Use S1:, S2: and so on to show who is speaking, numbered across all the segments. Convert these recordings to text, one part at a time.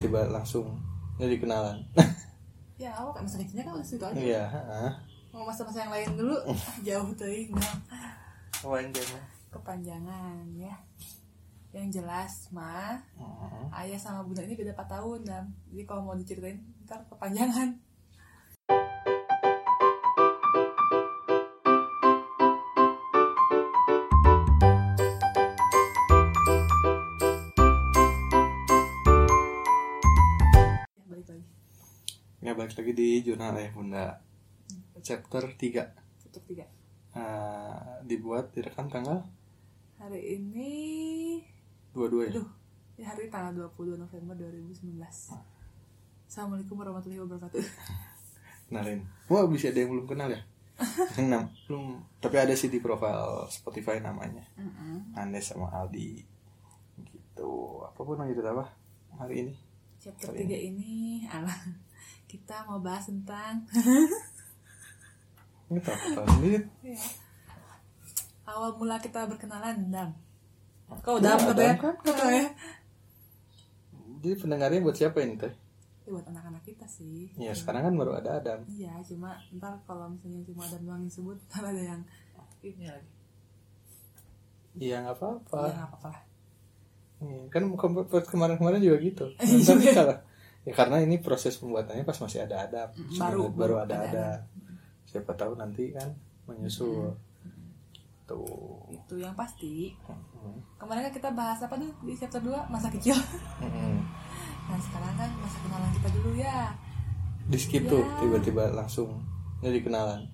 S1: tiba-tiba langsung jadi kenalan
S2: ya awal kan masa kecilnya kan situ aja
S1: iya heeh.
S2: mau masa-masa yang lain dulu ah, jauh tuh ya.
S1: wawancara
S2: kepanjangan ya yang jelas mah
S1: Heeh.
S2: ayah sama bunda ini beda 4 tahun dan jadi kalau mau diceritain ntar kepanjangan Ya, balik lagi
S1: ya balik lagi di jurnal ayah bunda chapter 3
S2: Hmm, tutup tiga
S1: dibuat direkam tanggal
S2: hari ini
S1: 22 ya
S2: aduh ya hari ini tanggal 22 November 2019 Assalamualaikum warahmatullahi wabarakatuh
S1: kenalin wah bisa ada yang belum kenal ya yang enam belum tapi ada sih di profile Spotify namanya Andes sama Aldi gitu apa pun lanjut apa hari ini
S2: Chapter
S1: Kali
S2: 3 ini ala kita mau bahas tentang
S1: ini tahu tahu sendiri
S2: ya, awal mula kita berkenalan dam. Kau dam katanya?
S1: Dam, kan,
S2: katanya.
S1: jadi pendengarnya buat siapa ini teh
S2: Ya, buat anak-anak kita sih.
S1: ya sekarang kan baru ada Adam
S2: Iya, cuma ntar kalau misalnya cuma ada doang yang sebut, ntar ada yang ini lagi.
S1: iya nggak apa-apa
S2: Ya, nggak apa-apa lah.
S1: Iya, kan kom- buat kemarin-kemarin juga gitu Ntar salah. ya karena ini proses pembuatannya pas masih ada Adam
S2: Mm,
S1: Terus
S2: baru-
S1: baru baru ada ada siapa tahu nanti kan menyusul tuh
S2: Itu yang pasti. Kemarin kan kita bahas apa tuh di chapter 2 masa kecil. Nah, sekarang kan masa kenalan kita dulu ya.
S1: di skip tuh
S2: Ya.
S1: tiba-tiba langsung jadi kenalan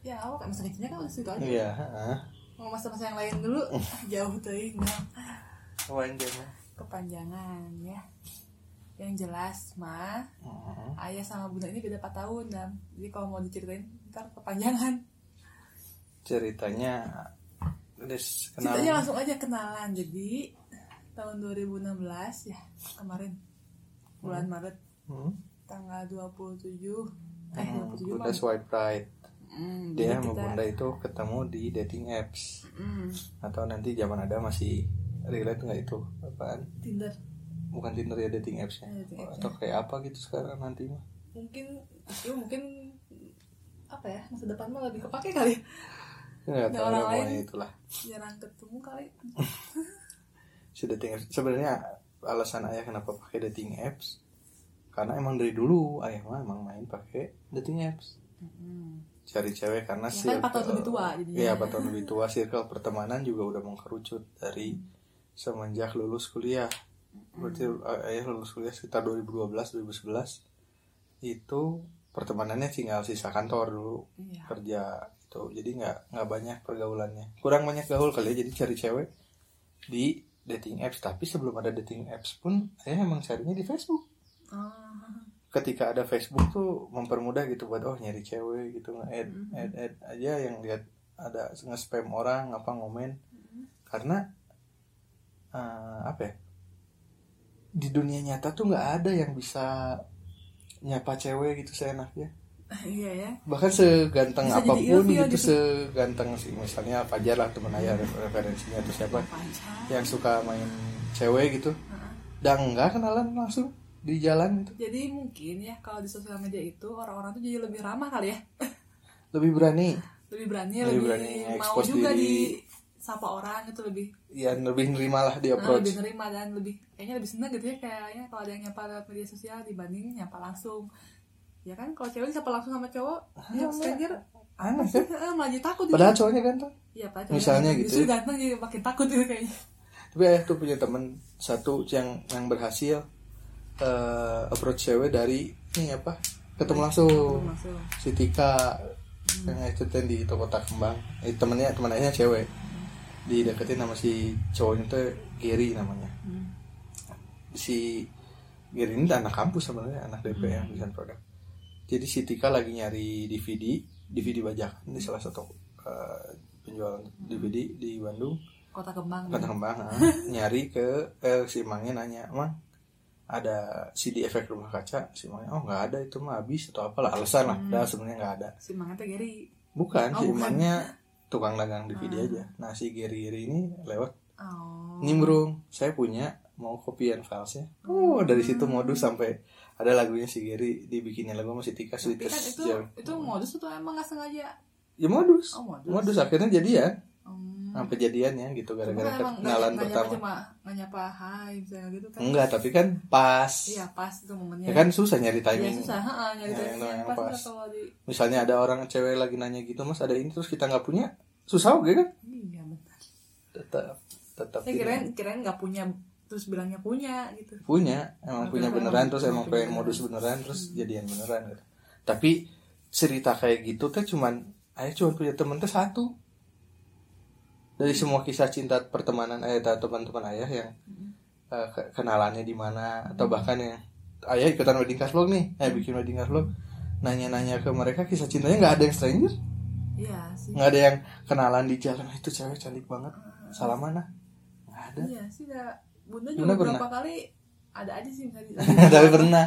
S2: Ya, awal kan masa kecilnya kan situ aja.
S1: iya heeh.
S2: Mau masa-masa yang lain dulu, ah, jauh tuh ingat.
S1: wawancara
S2: kepanjangan ya yang jelas mah
S1: Heeh.
S2: ayah sama bunda ini beda 4 tahun dan jadi kalau mau diceritain ntar kepanjangan
S1: ceritanya Des
S2: ceritanya
S1: kenalan
S2: langsung aja kenalan jadi tahun 2016 ya kemarin bulan Maret
S1: Hmm?
S2: tanggal 27 eh
S1: Hmm,
S2: 27
S1: Bunda
S2: Maret
S1: swipe right
S2: Mm,
S1: Dia
S2: jadi
S1: sama
S2: kita-
S1: Bunda itu ketemu di dating apps
S2: Mm,
S1: Atau nanti zaman ada masih relate nggak itu Apaan?
S2: Tinder
S1: Bukan Tinder ya dating apps
S2: Eh, dating apps-nya.
S1: Atau kayak apa gitu sekarang nanti mah
S2: mungkin ya mungkin apa ya masa depan mah lebih kepake kali
S1: Nggak
S2: Ada
S1: tahu lah
S2: orang lain.
S1: pokoknya itulah
S2: jarang ketemu kali
S1: Si dating apps Sebenarnya alasan ayah kenapa pakai dating apps Karena emang dari dulu ayah mah emang main pakai dating apps cari cewek karena
S2: Ya kan,
S1: sih
S2: empat tahun lebih tua jadinya.
S1: Iya, empat tahun lebih tua circle pertemanan juga udah mengkerucut dari semenjak lulus kuliah. Berarti ayah lulus kuliah sekitar 2012 2011 itu pertemanannya tinggal sisa kantor dulu
S2: iya
S1: kerja itu jadi nggak nggak banyak pergaulannya kurang banyak gaul kali ya jadi cari cewek di dating apps tapi sebelum ada dating apps pun ayah emang carinya di Facebook
S2: Ah.
S1: ketika ada Facebook tuh mempermudah gitu buat oh nyari cewek gitu nge-add
S2: Mhm.
S1: add add aja yang lihat ada nge-spam orang apa ngomen
S2: Mm-hmm.
S1: karena eh, apa ya di dunia nyata tuh nggak ada yang bisa nyapa cewek gitu seenaknya
S2: iya ya
S1: bahkan seganteng
S2: Bisa jadi
S1: apapun
S2: ilfil
S1: gitu,
S2: gitu. Mm-hmm.
S1: seganteng sih misalnya Fajar lah temen ayah referensinya atau siapa
S2: pacar
S1: yang suka main cewek gitu
S2: Heeh.
S1: dan nggak kenalan langsung di jalan gitu
S2: jadi mungkin ya kalau di sosial media itu orang-orang tuh jadi lebih ramah kali ya
S1: lebih berani
S2: lebih berani
S1: Lebih
S2: lebih,
S1: berani
S2: mau
S1: expose
S2: juga
S1: diri.
S2: di sapa orang itu lebih
S1: ya lebih nerima lah di
S2: nah, lebih
S1: approach
S2: nerima dan lebih kayaknya lebih seneng gitu ya kayaknya kalau ada yang nyapa lewat media sosial dibanding nyapa langsung ya kan kalau cewek disapa langsung sama cowok ya stranger
S1: aneh
S2: pasti,
S1: kan
S2: eh, malah jadi takut
S1: padahal cowoknya kan ganteng
S2: ya,
S1: misalnya gitu
S2: justru ganteng jadi makin takut gitu kayaknya
S1: tapi ayah tuh punya temen satu yang yang berhasil eh, approach cewek dari ini apa ketemu langsung
S2: langsung
S1: si Tika yang ayah ceritain di kota kembang eh, temennya temennya cewek dideketin sama si cowoknya tuh Gary namanya
S2: Hmm.
S1: si Gary ini anak kampus sebenarnya anak DP yang desain produk jadi si Tika lagi nyari DVD DVD bajakan di salah satu eh, penjualan DVD di Bandung
S2: kota kembang
S1: Kota Kembang ah. nyari ke eh, si Mangnya nanya emang ada CD efek rumah kaca si Mangnya oh nggak ada itu mah habis atau apalah alasan lah dah sebenarnya nggak ada
S2: si mangata ya, Gary
S1: bukan
S2: Hmm. Oh,
S1: si
S2: bukan. Ah.
S1: Mangnya tukang dagang DVD aja nah si Gary Gary ini lewat
S2: oh
S1: nimbrung saya punya mau copy and filesnya oh dari situ
S2: Hmm.
S1: modus sampai ada lagunya si Gary dibikinnya lagu masih Tika
S2: Tapi kan
S1: Sweetest
S2: itu
S1: Jam
S2: itu modus atau emang nggak sengaja?
S1: ya modus
S2: Oh, modus.
S1: modus akhirnya jadian
S2: Hmm.
S1: sampai jadiannya gitu
S2: Cuma
S1: gara-gara
S2: emang nggak-
S1: kenalan
S2: nggak nyapa
S1: pertama
S2: Cuma nggak nyapa hai misalnya gitu kan?
S1: enggak tapi kan pas
S2: Iya pas itu momennya.
S1: ya kan susah nyari
S2: Ya,
S1: timing
S2: susah, ha, nyari
S1: Ya,
S2: timing
S1: yang
S2: yang
S1: pas.
S2: pas, nggak kalau di
S1: misalnya ada orang cewek lagi nanya gitu mas ada ini terus kita nggak punya susah oke kan
S2: iya benar.
S1: tetap tetap
S2: Saya
S1: tidak.
S2: kirain kirain nggak punya terus bilangnya punya gitu.
S1: punya emang
S2: Tapi
S1: punya
S2: emang
S1: beneran terus
S2: punya
S1: emang pengen
S2: beneran.
S1: modus beneran terus
S2: Hmm.
S1: jadian beneran gitu. tapi cerita kayak gitu teh cuman ayah cuma punya temen teh satu dari semua kisah cinta pertemanan ayah atau teman-teman ayah yang
S2: Hmm.
S1: eh, ke- kenalannya di mana atau bahkan yang ayah ikutan wedding vlog nih
S2: Hmm.
S1: ayah bikin wedding vlog nanya-nanya ke mereka kisah cintanya nggak ada yang stranger
S2: Iya sih.
S1: nggak ada yang kenalan di jalan Nah, itu cewek cantik banget salah mana nggak ada
S2: Iya sih nggak. Bunda
S1: Bunda
S2: juga
S1: pernah.
S2: beberapa kali ada aja sih misalnya.
S1: tapi pernah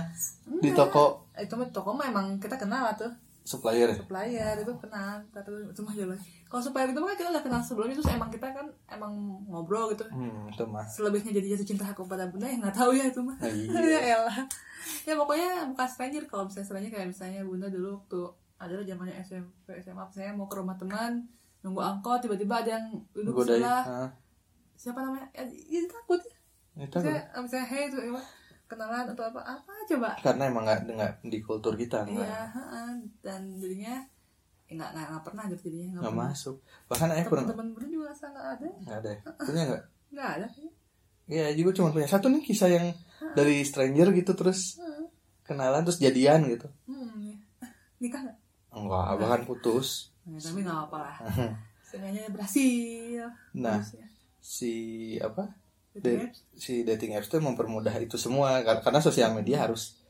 S1: di toko
S2: Itu mah toko mah emang kita kenal lah tuh
S1: supplier ya?
S2: supplier itu kenal terus cuma jalan. Kalau supplier itu mah kan kita udah kenal sebelumnya terus emang kita kan emang ngobrol gitu.
S1: Hmm, itu mah.
S2: Selebihnya jadi jatuh cinta aku pada bunda ya nggak tahu ya itu mah.
S1: Nah, iya.
S2: ya elah. Ya pokoknya bukan stranger kalau misalnya stranger kayak misalnya bunda dulu waktu adalah zamannya SMP SMA saya mau ke rumah teman nunggu angkot tiba-tiba ada yang duduk
S1: Godain.
S2: sebelah
S1: ya. Hah,
S2: siapa namanya ya, ya takut ya
S1: itu
S2: misalnya, misalnya hey itu emang kenalan atau apa apa coba
S1: karena emang nggak nggak di kultur kita nggak
S2: iya heeh. dan jadinya ya, nggak nggak nggak pernah gitu jadinya nggak
S1: nggak
S2: pernah
S1: masuk. Bahkan ayah pernah
S2: teman-teman bunda juga rasa nggak ada
S1: nggak ada. ya? Punya nggak?
S2: nggak ada sih
S1: Iya, juga cuma punya satu nih kisah yang dari stranger gitu terus
S2: Heeh.
S1: kenalan terus jadian gitu.
S2: hmm, ya. nikah nggak
S1: Enggak, bahkan putus.
S2: Nah, tapi nggak apa lah Seenggaknya berhasil
S1: Nah,
S2: Terus ya.
S1: si apa?
S2: Gitu ya.
S1: Da- si dating apps tuh mempermudah itu semua Kar- karena sosial media harus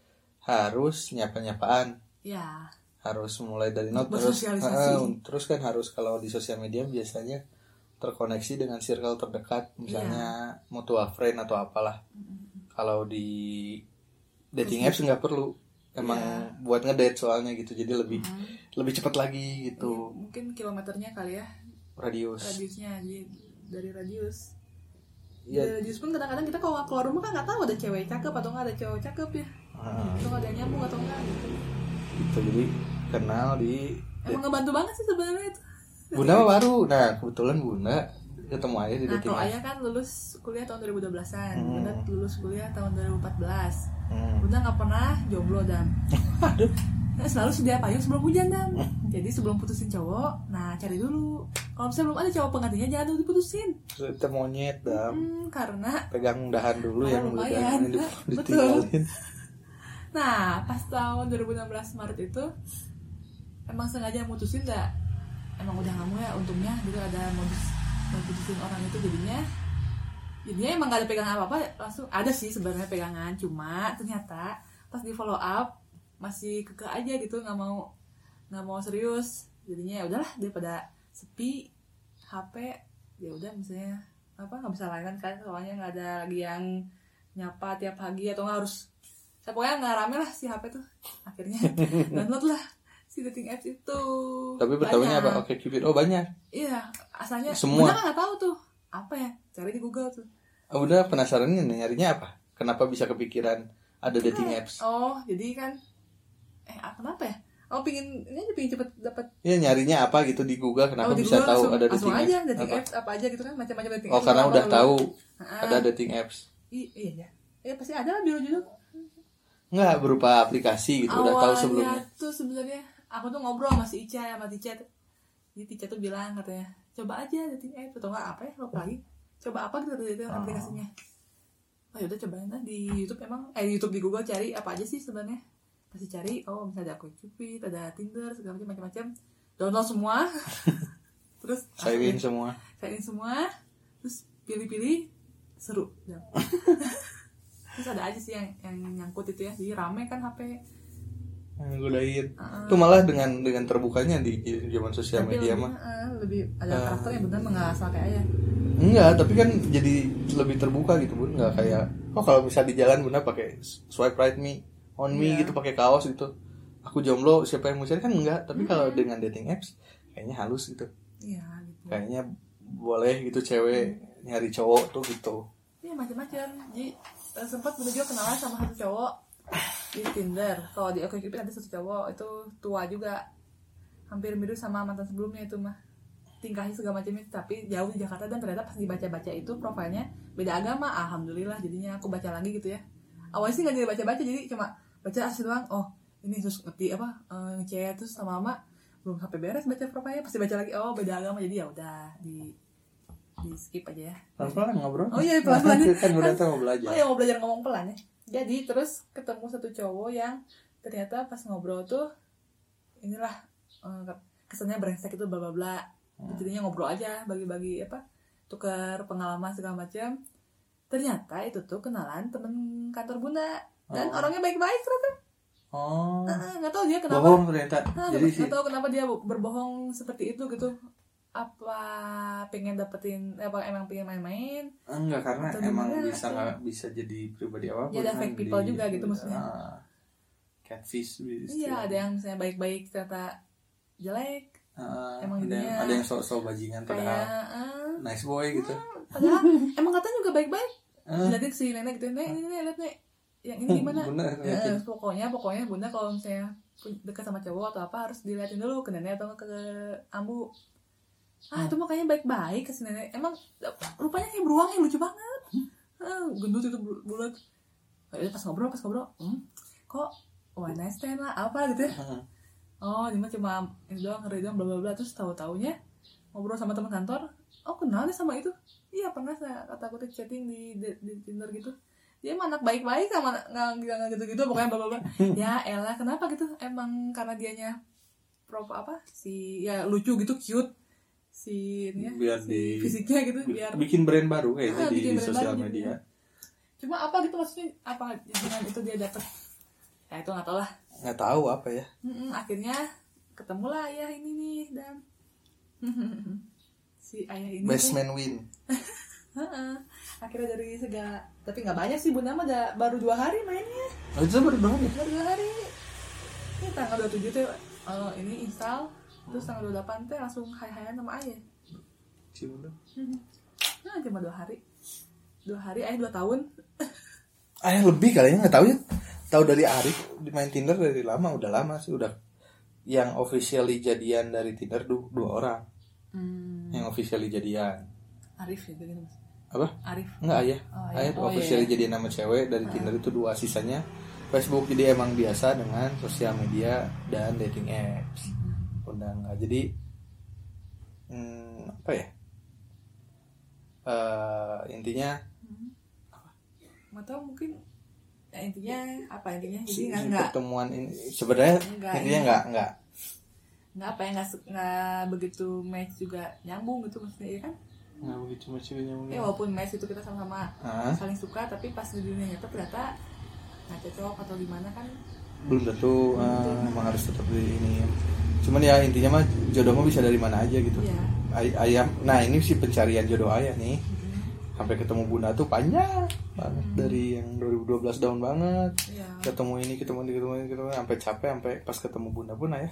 S1: harus nyapa-nyapaan
S2: ya
S1: harus mulai dari nol
S2: Buat
S1: terus
S2: sosialisasi.
S1: Ah, terus kan harus kalau di sosial media biasanya terkoneksi dengan circle terdekat misalnya mutual friend atau apalah kalau di dating apps nggak perlu emang buat ngedate soalnya gitu jadi lebih lebih cepat lagi gitu
S2: mungkin kilometernya kali
S1: Iya.
S2: ya
S1: radius
S2: radiusnya jadi dari radius
S1: Iya.
S2: Dari radius pun kadang-kadang kita kalau keluar rumah kan nggak tahu ada cewek cakep atau nggak ada cowok cakep ya
S1: Ah,
S2: atau nggak ada yang nyambung atau enggak gitu
S1: gitu jadi kenal di
S2: emang ngebantu banget sih sebenarnya itu
S1: Bunda mah baru nah kebetulan Bunda ketemu ayah di
S2: nah
S1: dating
S2: kalau
S1: apps
S2: ayah kan lulus kuliah tahun 2012an
S1: ya. Hmm.
S2: bunda lulus kuliah tahun 2014
S1: Hmm.
S2: bunda nggak pernah jomblo dam
S1: aduh
S2: Nah, selalu sedia payung sebelum hujan dam jadi sebelum putusin cowok nah cari dulu kalau misalnya belum ada cowok penggantinya jangan dulu diputusin
S1: kita monyet dah
S2: Hmm, karena
S1: pegang dahan dulu
S2: Oh,
S1: yang ludahnya
S2: lumayan.
S1: di-
S2: Betul.
S1: ditinggalin
S2: Nah, pas tahun 2016 Maret itu emang sengaja mutusin nggak? Emang udah nggak mau ya untungnya gitu ada modus mutusin orang itu jadinya jadinya Ya, emang gak ada pegangan apa-apa langsung ada sih sebenarnya pegangan cuma ternyata pas di follow up masih keke aja gitu nggak mau nggak mau serius jadinya ya udahlah daripada sepi HP ya udah misalnya apa nggak bisa layanan kan soalnya nggak ada lagi yang nyapa tiap pagi atau nggak harus Ya, pokoknya nggak rame lah si HP tuh akhirnya download lah si dating apps itu
S1: tapi pertamanya apa
S2: Banyak.
S1: oke Cupid oh banyak
S2: iya asalnya
S1: Semua.
S2: bener nggak tahu tuh apa ya cari di Google tuh
S1: oh, Bunda penasarannya nyarinya apa kenapa bisa kepikiran ada dating apps
S2: oh jadi kan eh ah, kenapa ya oh pingin ini aja pingin cepet dapat
S1: ya nyarinya apa gitu di Google
S2: oh,
S1: kenapa
S2: di
S1: bisa
S2: Google
S1: tahu
S2: langsung,
S1: ada
S2: langsung
S1: dating
S2: aja
S1: apps
S2: dating
S1: Apa?
S2: apps apa aja gitu kan macam-macam dating
S1: oh
S2: apps
S1: karena
S2: apa
S1: udah
S2: lu-
S1: tahu
S2: Ah,
S1: ada dating apps
S2: i- iya ya ya pasti ada lah biru judul
S1: Enggak berupa aplikasi gitu udah tahu sebelumnya
S2: tuh sebenarnya aku tuh ngobrol sama si Ica sama Tica tuh. Jadi Tica tuh bilang katanya, "Coba aja dating app atau enggak apa ya lupa lagi. Coba apa gitu gitu
S1: Ah.
S2: aplikasinya." Oh yaudah cobain lah di YouTube emang eh di YouTube di Google cari apa aja sih sebenarnya. Pasti cari oh misalnya ada aku Cupid, ada Tinder segala macam macam-macam. Download semua. Terus Ah.
S1: sign in semua
S2: sign in semua terus pilih-pilih seru Ya. terus ada aja sih yang yang nyangkut itu ya jadi rame kan HP
S1: Eh, godain
S2: Ah.
S1: itu malah dengan dengan terbukanya di di zaman sosial
S2: tapi
S1: media
S2: lebih,
S1: mah
S2: eh, lebih ada
S1: Eh.
S2: karakter yang benar mengasal kayak ayah
S1: Enggak, tapi kan jadi lebih terbuka gitu bun, nggak kayak oh kalau misal di jalan bunda pakai swipe right me on me
S2: Iya.
S1: gitu pakai kaos gitu. Aku jomblo siapa yang mau cari kan enggak, tapi kalau dengan dating apps kayaknya halus gitu,
S2: iya gitu
S1: kayaknya boleh gitu cewek nyari cowok tuh gitu.
S2: ya macam-macam jadi eh, sempat dulu juga kenalan sama satu cowok di Tinder kalau di OkCupid ada satu cowok itu tua juga hampir mirip sama mantan sebelumnya itu mah tingkahnya segala macamnya tapi jauh di Jakarta dan ternyata pas dibaca-baca itu profilnya beda agama alhamdulillah jadinya aku baca lagi gitu ya awalnya sih nggak jadi baca-baca jadi cuma baca asli doang oh ini terus ngerti apa eh, ngechat terus lama-lama belum sampai beres baca profilnya pasti baca lagi oh beda agama jadi ya udah di di skip aja ya
S1: pelan-pelan ngobrol
S2: Oh iya, pelan-pelan.
S1: kan udah tahu mau belajar
S2: Oh ya mau belajar ngomong pelan ya. Jadi terus ketemu satu cowok yang ternyata pas ngobrol tuh inilah eh, kesannya brengsek itu bla bla bla.
S1: Hmm.
S2: Jadinya ngobrol aja bagi-bagi apa tukar pengalaman segala macam. Ternyata itu tuh kenalan temen kantor Bunda dan
S1: Oh.
S2: orangnya baik-baik ternyata.
S1: oh
S2: Eh, eh, nggak tahu dia kenapa.
S1: bohong ternyata
S2: Nah,
S1: jadi
S2: nggak
S1: sih
S2: tahu kenapa dia berbohong seperti itu gitu. Apa pengen dapetin apa emang pengen main-main
S1: enggak karena
S2: Atau
S1: emang
S2: gimana,
S1: bisa
S2: atau-
S1: nggak bisa jadi pribadi kan apa
S2: Jadi ada fake people juga gitu maksudnya.
S1: Ah, catfish
S2: Iya, ada yang misalnya baik-baik ternyata jelek,
S1: Ah,
S2: Emang
S1: ada yang,
S2: dia-
S1: ada yang sok-sok bajingan
S2: kayak
S1: padahal
S2: eh,
S1: nice boy gitu
S2: padahal emang katanya juga baik-baik.
S1: Eh,
S2: Jadi si nenek gitu, "Nek, ini nih, lihat nek. Yang ini gimana?"
S1: bener
S2: Ya,
S1: liatin.
S2: pokoknya pokoknya Bunda kalau misalnya pu- dekat sama cowok atau apa harus diliatin dulu ke nenek atau ke ambu.
S1: Hmm.
S2: Ah, itu makanya baik-baik ke si nenek. Emang rupanya kayak beruang yang lucu banget.
S1: Hmm?
S2: Eh, gendut itu bul- bulat. Eh, pas ngobrol, pas ngobrol, hmm, kok one night stand lah apa gitu ya.
S1: Heeh.
S2: oh ini mah cuma ini doang ngeri doang bla bla bla terus tahu taunya ngobrol sama teman kantor oh kenal nih sama itu iya pernah saya kata aku tuh chatting di, di, di tinder gitu dia emang anak baik baik sama anak- nggak nggak nggak gitu gitu pokoknya bla bla bla ya Ella kenapa gitu emang karena dianya prop apa si ya lucu gitu cute si ini ya,
S1: Biar
S2: si
S1: di-
S2: fisiknya gitu biar
S1: bikin brand baru kayaknya
S2: Ah,
S1: di,
S2: bikin
S1: di
S2: brand
S1: sosial
S2: baru
S1: media
S2: cuma apa gitu maksudnya apa dengan itu dia dapet ya itu nggak tau lah
S1: nggak tahu apa ya
S2: Mm-mm, akhirnya ketemulah ayah ini nih dan si ayah ini tuh-
S1: basement win
S2: Heeh. akhirnya dari segala tapi nggak banyak sih bunda mah dah- baru dua hari mainnya
S1: oh, itu baru doang ya
S2: baru dua hari ini tanggal 27 tuh eh, ini install terus tanggal 28 teh langsung hai-haian sama ayah
S1: Cih, bener.
S2: nah cuma dua hari dua hari ayah dua tahun
S1: Ah, lebih kalinya nggak tahu ya. Tahu dari Arif di main Tinder dari lama, udah lama sih udah. Yang officially jadian dari Tinder du- dua orang.
S2: Hmm.
S1: Yang officially jadian.
S2: Arif ya gini mas
S1: Apa?
S2: Arif
S1: Enggak ayah.
S2: Oh, iya.
S1: ayah
S2: Oh,
S1: officially
S2: iya.
S1: jadian sama cewek dari Tinder itu dua sisanya Facebook jadi emang biasa dengan sosial media dan dating apps. Udah nggak jadi hmm, apa ya? Eh, intinya
S2: nggak tahu mungkin ya, intinya apa intinya jadi
S1: si,
S2: nggak
S1: si
S2: nggak
S1: pertemuan ini sebenarnya
S2: Nggak,
S1: intinya
S2: iya.
S1: nggak nggak
S2: nggak apa ya nggak se- nggak begitu match juga nyambung gitu maksudnya ya kan
S1: nggak begitu maksudnya
S2: ya walaupun match itu kita sama-sama
S1: Hmm. Hah?
S2: saling suka tapi pas di dunia nyata ternyata nggak cocok atau gimana kan
S1: belum tentu eh, emang harus tetap di ini cuman ya intinya mah jodoh mah bisa dari mana aja gitu
S2: Iya.
S1: Ay- ayah nah ini sih pencarian jodoh ayah nih sampai ketemu bunda tuh panjang banget dari yang 2012 daun banget
S2: ya
S1: ketemu ini ketemu ini ketemu ini ketemu ini, sampai capek sampai pas ketemu bunda pun ayah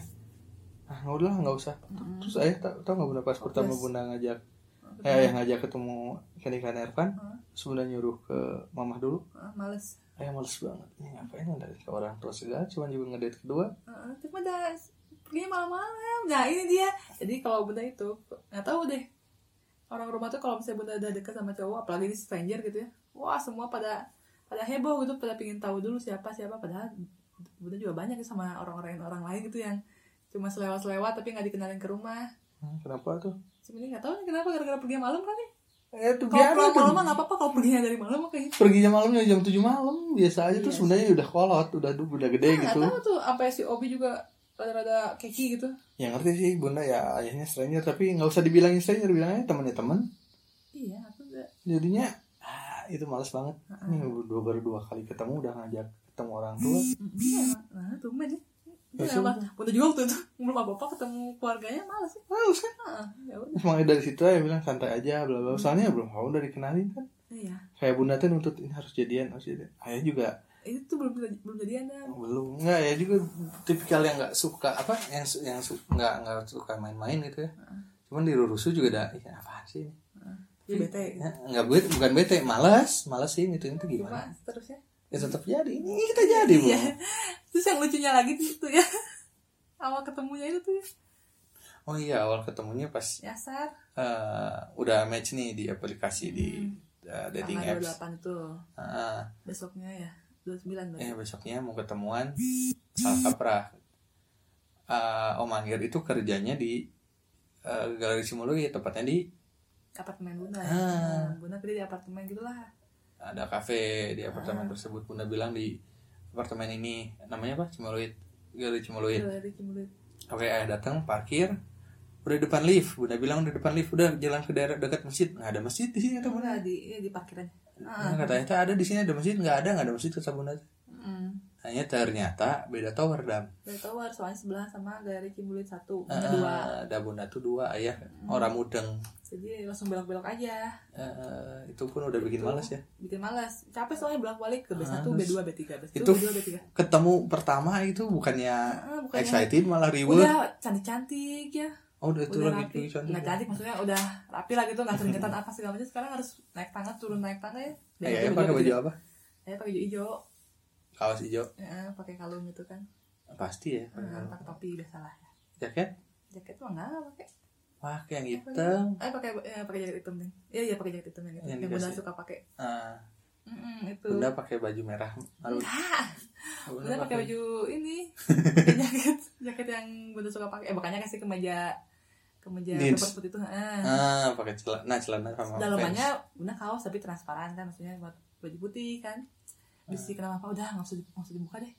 S1: ah nggak udah lah, nggak usah terus ayah tau tau nggak bunda pas pertama
S2: Yes.
S1: bunda ngajak eh, ayah ngajak ketemu ikan ikan Ervan sudah nyuruh ke mamah dulu
S2: ah, males
S1: ayah males banget ini ngapain ngedate ke orang terus ya cuman juga ngedate kedua
S2: Heeh, tapi ada perginya malam-malam nah ini dia jadi kalau bunda itu nggak tahu deh orang rumah tuh kalau misalnya bunda udah dekat sama cowok apalagi ini stranger gitu ya wah semua pada pada heboh gitu pada pingin tahu dulu siapa siapa padahal bunda juga banyak ya sama orang-orang orang lain gitu yang cuma selewat-selewat tapi nggak dikenalin ke rumah
S1: Hmm, kenapa tuh
S2: sebenarnya nggak tahu nih kenapa gara-gara pergi malam kali
S1: eh tuh
S2: kalau
S1: biasa
S2: kalau
S1: tuh.
S2: malam mah nggak apa-apa kalau perginya dari malam mah kayak
S1: perginya malamnya jam 7 malam biasa aja tuh
S2: Iya kan?
S1: sebenarnya udah kolot udah udah gede
S2: nggak
S1: gitu
S2: tahu tuh apa si Obi juga rada-rada keki gitu
S1: ya ngerti sih bunda ya ayahnya stranger tapi nggak usah dibilangin stranger bilangnya temennya temen
S2: iya aku udah
S1: jadinya ah, itu males banget ini dua baru dua kali ketemu udah ngajak ketemu orang tua
S2: Iya, emang. nah tumben ya. Itu
S1: Ya,
S2: emang. Bunda juga waktu itu belum apa-apa ketemu keluarganya malas sih.
S1: males kan
S2: Heeh, ya udah.
S1: Terus makanya dari situ aja bilang santai aja bla bla bla. soalnya ya belum mau udah dikenalin kan
S2: Iya.
S1: kayak bunda tuh nuntut ini harus jadian harus jadian ayah juga
S2: Itu tuh belum belum jadian dah.
S1: belum nggak ya juga tipikal yang nggak suka apa yang su- yang su- nggak nggak suka main-main gitu ya cuman di Rurusu juga ada ya apaan sih ini?
S2: jadi bete gitu.
S1: Ya, nggak bete, bukan bete, malas, malas sih itu itu
S2: cuma
S1: gimana?
S2: terusnya
S1: Ya tetap jadi, ini kita jadi bu.
S2: Iya. terus yang lucunya lagi di situ ya awal ketemunya itu tuh ya
S1: Oh iya awal ketemunya pas
S2: nyasar
S1: eh, udah match nih di aplikasi di eh, dating
S2: Hmm. tanggal
S1: apps.
S2: 28 itu
S1: Ah,
S2: besoknya ya 29 berarti
S1: eh besoknya mau ketemuan salah kaprah. Eh, Om Angger itu kerjanya di eh, galeri simologi tepatnya di
S2: apartemen bunda ya.
S1: Ah.
S2: Nah, bunda kerja di apartemen gitu lah
S1: eh, ada kafe di
S2: Ah.
S1: apartemen tersebut. Bunda bilang di apartemen ini namanya apa? Cimoluit, galeri Cimoluit.
S2: dari Cimbelit
S1: Oke, ayah datang parkir udah depan lift, bunda bilang udah depan lift, udah jalan ke daerah dekat masjid, nggak ada masjid di sini kata bunda.
S2: bunda di ya, di parkiran Ah.
S1: Nah, kata Eta, ada di sini ada masjid, nggak ada nggak ada masjid kata bunda.
S2: Mm.
S1: Hanya ternyata beda tower dam.
S2: Dari tower soalnya sebelah sama dari Cimbulit satu, punya
S1: Eh,
S2: dua. Hmm.
S1: ada bunda tuh dua ayah orang mudeng.
S2: Jadi langsung belok-belok aja.
S1: Eh, itu pun udah bikin
S2: Itu.
S1: males ya.
S2: Bikin males. Capek soalnya bolak-balik ke
S1: Ah,
S2: B1, B2, B3, B1,
S1: Itu
S2: B2, B3.
S1: ketemu pertama itu bukannya
S2: Ah, bukannya-
S1: excited malah ribut.
S2: Udah cantik-cantik ya.
S1: Oh, udah itu
S2: udah
S1: lagi
S2: rapi.
S1: tulisan.
S2: Nggak cantik maksudnya udah rapi lah gitu, nggak keringetan apa segala macam. Sekarang harus naik tangga, turun naik tangga ya.
S1: Eh,
S2: B1,
S1: Ayah
S2: B2,
S1: Iya, pakai
S2: B3.
S1: baju apa?
S2: Ayah Iya, pakai baju hijau.
S1: Kaos hijau.
S2: Ya, pakai kalung gitu kan.
S1: Pasti ya. pakai Ya
S2: Nah,
S1: kalung.
S2: pakai topi biasalah.
S1: Jaket?
S2: Jaket mah nggak pakai.
S1: Pakai yang hitam.
S2: Eh pakai eh, pakai jaket hitam deh. Iya iya pakai jaket hitam yang itu.
S1: Yang
S2: Yang bunda
S1: dikasih.
S2: suka pakai.
S1: Ah,
S2: Mm-mm, itu.
S1: Bunda pakai baju merah. Lalu
S2: Gitu. Enggak. Bunda pakai baju ini jaket jaket yang Bunda suka pakai eh bukannya kasih kemeja kemeja
S1: Jeans.
S2: leopard putih itu heeh.
S1: Ah, pakai celana, nah celana sama
S2: dalamannya Bunda kaos tapi transparan kan maksudnya buat baju putih kan bisa kenapa udah nggak usah, di- nggak usah dibuka deh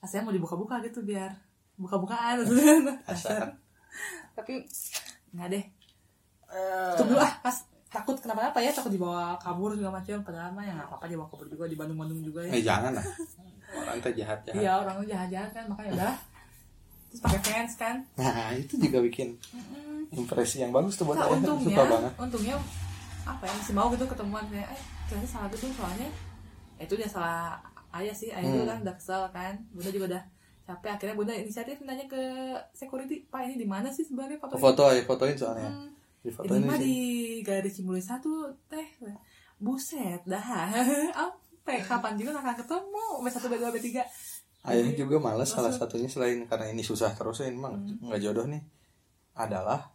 S2: asalnya mau dibuka-buka gitu biar buka-bukaan maksudnya.
S1: pants. Dasar.
S2: tapi nggak deh
S1: Eh,
S2: tunggu ah pas takut kenapa-napa ya takut dibawa kabur segala macam padahal mah ya nggak apa-apa dibawa kabur juga di Bandung-Bandung juga ya
S1: Eh, jangan lah. Orang teh jahat jahat.
S2: Iya orang tuh jahat-jahat kan makanya udah terus pakai fans kan.
S1: Nah, itu juga bikin
S2: Mm-mm.
S1: impresi yang bagus tuh buat
S2: Nah,
S1: ayah.
S2: untungnya,
S1: Suka banget.
S2: untungnya apa ya masih mau gitu ketemuan kayak eh ternyata salah gitu soalnya ya itu dia salah ayah sih ayah itu
S1: Hmm.
S2: kan udah kesel kan bunda juga udah capek akhirnya bunda inisiatif nanya ke security pak ini di mana sih sebenarnya foto
S1: Foto ya, fotoin soalnya. Di
S2: iya. ini
S1: fotoin
S2: mah
S1: sih.
S2: di galeri Cimbulir satu teh buset dah sampai kapan juga nggak akan ketemu b satu b dua b tiga
S1: Ayah juga males
S2: Maksud-
S1: salah satunya selain karena ini susah terus ya, emang nggak jodoh nih. Adalah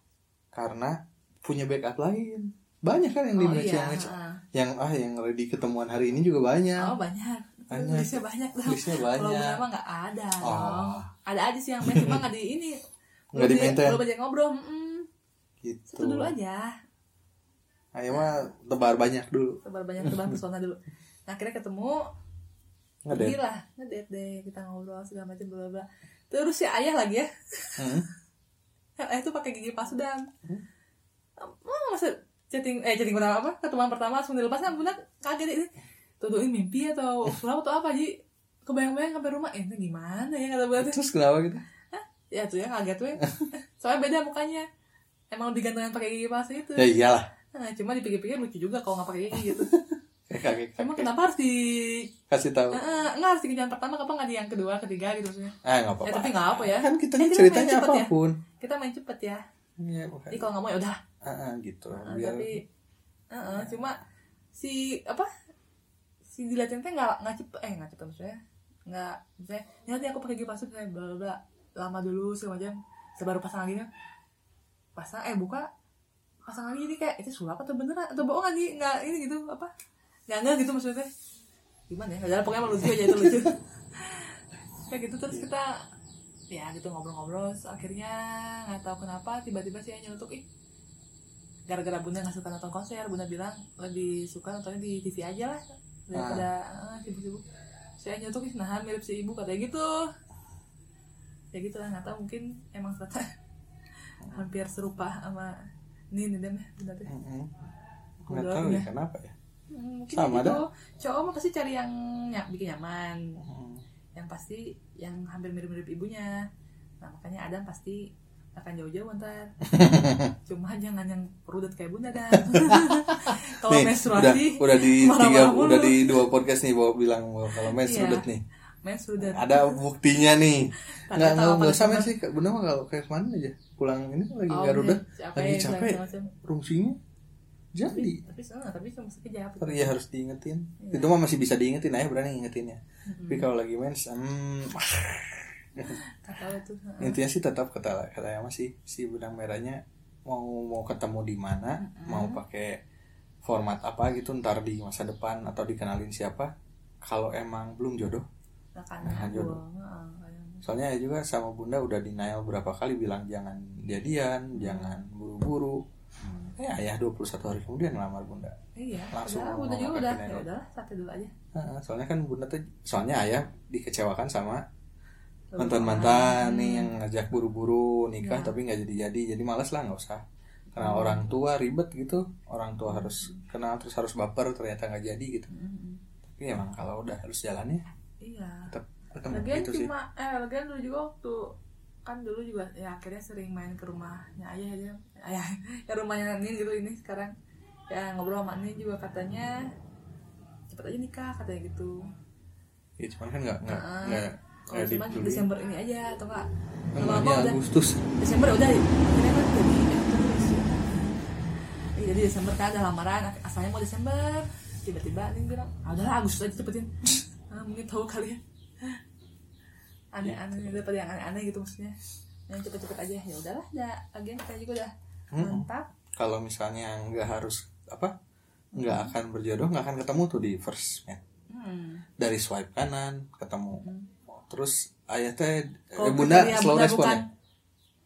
S1: karena punya backup lain. Banyak kan yang di
S2: Oh,
S1: match
S2: iya,
S1: yang match-
S2: ah.
S1: yang ah yang ready ketemuan hari ini juga banyak.
S2: Oh banyak.
S1: Banyak.
S2: Listnya banyak dong.
S1: Listnya banyak.
S2: Oh, Kalau gue mah nggak ada
S1: Oh.
S2: dong. Ada aja sih yang main cuma nggak di ini.
S1: Nggak
S2: Belum
S1: di
S2: di-
S1: maintain.
S2: Belum aja ngobrol. Mm,
S1: gitu.
S2: Satu dulu aja.
S1: Ayah mah tebar banyak dulu.
S2: Tebar banyak tebar pesona dulu. Nah akhirnya ketemu.
S1: Ngedate.
S2: Gila. Ngedate deh kita ngobrol segala macam bla bla bla. Terus si ayah lagi ya. Eh,
S1: Hmm.
S2: Ayah tuh pakai gigi palsu dan. Oh, masa chatting eh chatting pertama apa? Ketemuan pertama langsung dilepas kan bunda kaget ini. Tuh tuh, ini mimpi atau sulap atau apa Ji? Kebayang-bayang sampai rumah, eh, ini gimana ya kata bunda tuh.
S1: Terus kenapa gitu?
S2: ya tuh ya kaget tuh ya. soalnya beda mukanya emang digantengan pakai gigi palsu itu
S1: Ya iyalah.
S2: nah, cuma dipikir-pikir lucu juga kalau nggak pakai gigi gitu
S1: Kayak kakek
S2: emang kenapa harus di
S1: kasih tahu.
S2: Eh, eh, nggak harus di yang pertama kenapa nggak di yang kedua ketiga gitu maksudnya
S1: Eh nggak
S2: ya
S1: apa-apa.
S2: tapi nggak apa ya
S1: Kan kita
S2: Ya,
S1: nih
S2: main
S1: ceritanya
S2: cepet ya.
S1: apapun.
S2: kita main cepet ya
S1: Iya bukan.
S2: jadi kalau nggak mau ya udah
S1: Ah, ah, gitu.
S2: Nah,
S1: Biar
S2: tapi eh, eh, cuma si apa si dilihatin teh nggak nggak cepet eh nggak cepet maksudnya nggak misalnya "Ya, nanti aku pakai gigi palsu misalnya bla bla bla lama dulu segala macam sebaru pasang lagi kan pasang eh buka pasang lagi jadi kayak itu sulap atau beneran atau bohongan sih nggak ini gitu apa nggak nggak gitu maksudnya teh. gimana ya nggak jalan pokoknya emang lucu aja itu lucu kayak gitu terus kita ya gitu ngobrol-ngobrol terus akhirnya nggak tahu kenapa tiba-tiba sih nyelotok ih gara-gara bunda nggak suka nonton konser bunda bilang lebih suka nontonnya di TV aja lah daripada ah, sibuk-sibuk saya nyelotok ih nah mirip si ibu katanya gitu ya gitu lah nggak tahu mungkin emang ternyata hampir serupa sama ini nih dem ya bunda tuh
S1: Mm-mm.
S2: Udah,
S1: nggak tahu ya
S2: udah.
S1: kenapa ya.
S2: Hmm, mungkin
S1: Sama
S2: gitu cowok mah pasti cari yang ny- bikin nyaman
S1: Mm.
S2: yang pasti yang hampir mirip-mirip ibunya nah makanya Adam pasti akan jauh-jauh ntar cuma jangan yang rudet kayak bunda dan kalau
S1: Nih, udah,
S2: menstruasi
S1: udah di
S2: marah-marah
S1: tiga,
S2: mulu.
S1: udah di dua podcast nih bawa bilang bahwa kalau main
S2: Iya.
S1: sudet nih.
S2: mens rudet
S1: Ada buktinya nih.
S2: Tak
S1: Nggak
S2: tahu
S1: nggak
S2: apa
S1: nggak usah main
S2: disebut.
S1: sih. Bener mah kalau kayak kemana aja. Pulang ini lagi
S2: Oh,
S1: Garuda
S2: bener. Capek,
S1: lagi
S2: segala
S1: capek.
S2: macam.
S1: Rungsinya jadi
S2: tapi soalnya tapi gitu. kamu sakit jahat
S1: Ntar ya harus diingetin
S2: Iya.
S1: itu mah masih bisa diingetin ayah berani ngingetinnya tapi kalau lagi mens hmm,
S2: kata lu tuh heeh.
S1: intinya sih tetap kata kata ayah mah sih si benang merahnya mau mau ketemu di mana
S2: Mm-mm.
S1: mau pakai format apa gitu ntar di masa depan atau dikenalin siapa kalau emang belum jodoh
S2: makanya
S1: Nah,
S2: gue
S1: jodoh. soalnya ayah juga sama bunda udah denial berapa kali bilang jangan jadian jangan buru-buru
S2: Mm.
S1: eh ayah 21 hari kemudian ngelamar bunda
S2: iya
S1: Langsung
S2: udah
S1: ngomong
S2: udah juga
S1: pakai
S2: udah
S1: nenek.
S2: ya udahlah satu dulu aja
S1: Heeh, soalnya kan bunda tuh soalnya ayah dikecewakan sama
S2: Lalu
S1: mantan
S2: kemana?
S1: mantan nih yang ngajak buru-buru nikah
S2: Hmm. Ya. Hmm.
S1: tapi nggak jadi jadi jadi malas lah nggak usah karena orang tua ribet gitu orang tua harus kenal terus harus baper ternyata nggak jadi gitu
S2: Mm-mm.
S1: tapi emang kalau udah harus jalannya
S2: iya
S1: tetap ketemu
S2: lagian
S1: gitu sih
S2: cuma eh lagian dulu juga waktu kan dulu juga ya akhirnya sering main ke rumahnya ayah aja ayah ya rumahnya Nin dulu ini sekarang ya ngobrol sama Nin juga katanya cepet aja nikah katanya gitu
S1: ya cuman kan nggak nggak
S2: Heeh.
S1: nggak
S2: kalau
S1: nggak
S2: cuma
S1: dipeduli
S2: Desember ini aja atau enggak
S1: Kan ya
S2: lama-lama udah
S1: Agustus
S2: Desember udah akhirnya kan jadi eh, terus Eh, jadi Desember kan ada lamaran asalnya mau Desember tiba-tiba Nin bilang ah, udahlah Agustus aja cepetin ah, mungkin tahu kali ya aneh-aneh daripada yang aneh-aneh gitu maksudnya yang cepet-cepet aja ya udahlah ya lagian kita juga udah
S1: Mm-mm.
S2: mantap
S1: kalau misalnya nggak harus apa nggak akan berjodoh nggak akan ketemu tuh di first match
S2: hmm.
S1: dari swipe kanan ketemu terus ayah teh eh,
S2: Kalau
S1: bunda
S2: kriteria
S1: slow
S2: bunda
S1: respon
S2: bukan-
S1: ya?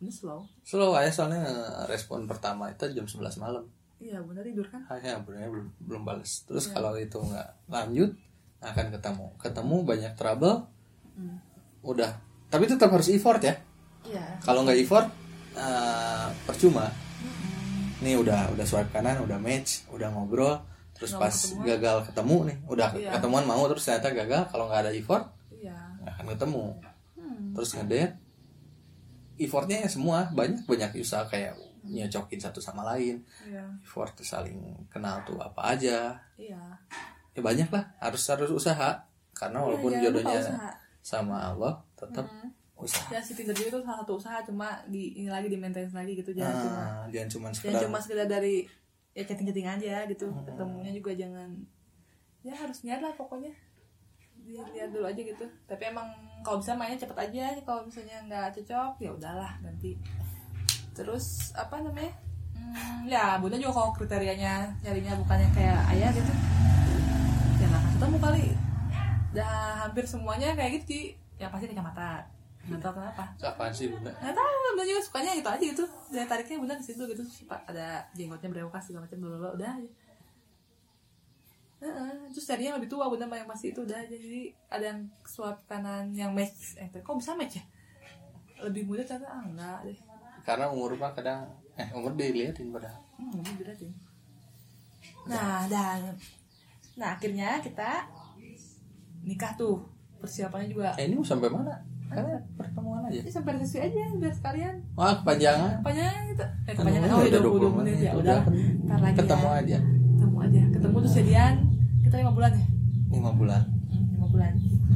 S2: Ini slow
S1: slow ayah soalnya eh, respon pertama itu jam 11 malam
S2: iya bunda tidur kan
S1: ayah bundanya belum belum balas terus
S2: Hmm.
S1: kalau itu nggak lanjut akan ketemu ketemu banyak trouble
S2: Hmm.
S1: udah tapi tetap harus effort ya
S2: iya
S1: kalau nggak effort eh, percuma
S2: Hmm.
S1: nih udah udah swipe kanan udah match udah ngobrol terus
S2: Nggak
S1: pas
S2: ketemuan.
S1: gagal ketemu nih udah
S2: Iya.
S1: ketemuan mau terus ternyata gagal kalau nggak ada effort
S2: iya
S1: nggak akan ketemu
S2: hmm.
S1: terus ngedate effortnya ya semua banyak banyak usaha kayak nyocokin satu sama lain
S2: iya
S1: effort saling kenal tuh apa aja
S2: iya
S1: ya banyak lah harus harus usaha karena walaupun
S2: Iya, jangan lupa
S1: jodohnya
S2: usaha.
S1: sama Allah tetap
S2: Mm-mm.
S1: usaha
S2: ya si Tinder juga itu salah satu usaha cuma di ini lagi di maintenance lagi gitu jangan cuma
S1: Ah, jangan cuma
S2: jangan
S1: sekedar
S2: cuma sekedar dari ya chatting chatting aja gitu ketemunya juga jangan ya harus niat lah pokoknya dilihat dulu aja gitu tapi emang kalau bisa mainnya cepet aja kalau misalnya nggak cocok ya udahlah nanti terus apa namanya Hmm, ya bunda juga kalau kriterianya nyarinya bukannya kayak ayah gitu ya nggak akan ketemu kali dah hampir semuanya kayak gitu Ci. ya pasti kacamata nggak tahu kenapa
S1: apaan sih bunda
S2: nggak tahu bunda juga sukanya gitu aja gitu daya tariknya bunda ke situ gitu suka ada jenggotnya berewokas segala macam dulu udah aja Heeh, terus carinya yang lebih tua bunda mah yang masih itu udah aja jadi ada yang suap kanan yang match eh kok bisa match ya lebih muda ternyata ah enggak deh
S1: karena umur mah kadang eh umur diliatin padahal
S2: hmm lebih berat ya nah dan nah akhirnya kita nikah tuh persiapannya juga
S1: eh, ini mau sampai mana karena pertemuan aja
S2: ini sampai resepsi aja biar sekalian
S1: wah kepanjangan
S2: kepanjangan itu eh
S1: Kan
S2: kepanjangan
S1: umurnya
S2: oh
S1: udah
S2: udah
S1: 20
S2: 20 menit ya
S1: menit,
S2: udah
S1: udah.
S2: ntar lagi
S1: ketemu
S2: ya.
S1: aja
S2: ketemu aja ketemu tuh jadian kita lima bulan ya
S1: lima bulan
S2: Hmm, lima bulan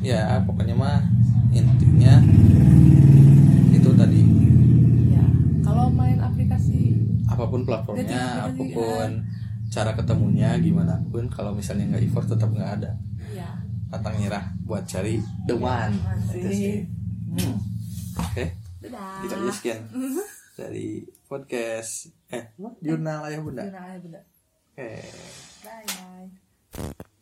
S1: ya pokoknya mah intinya itu tadi
S2: ya kalau main aplikasi
S1: apapun
S2: Dating aplikasi,
S1: platformnya apapun cara ketemunya gimana pun kalau misalnya nggak effort tetap nggak ada
S2: ya
S1: kata nyerah buat cari the one
S2: Asik.
S1: Itu sih. Hmm. oke
S2: dadah
S1: itu aja sekian dari podcast eh jurnal ayah bunda
S2: Dadah, bunda
S1: oke
S2: ya, bye bye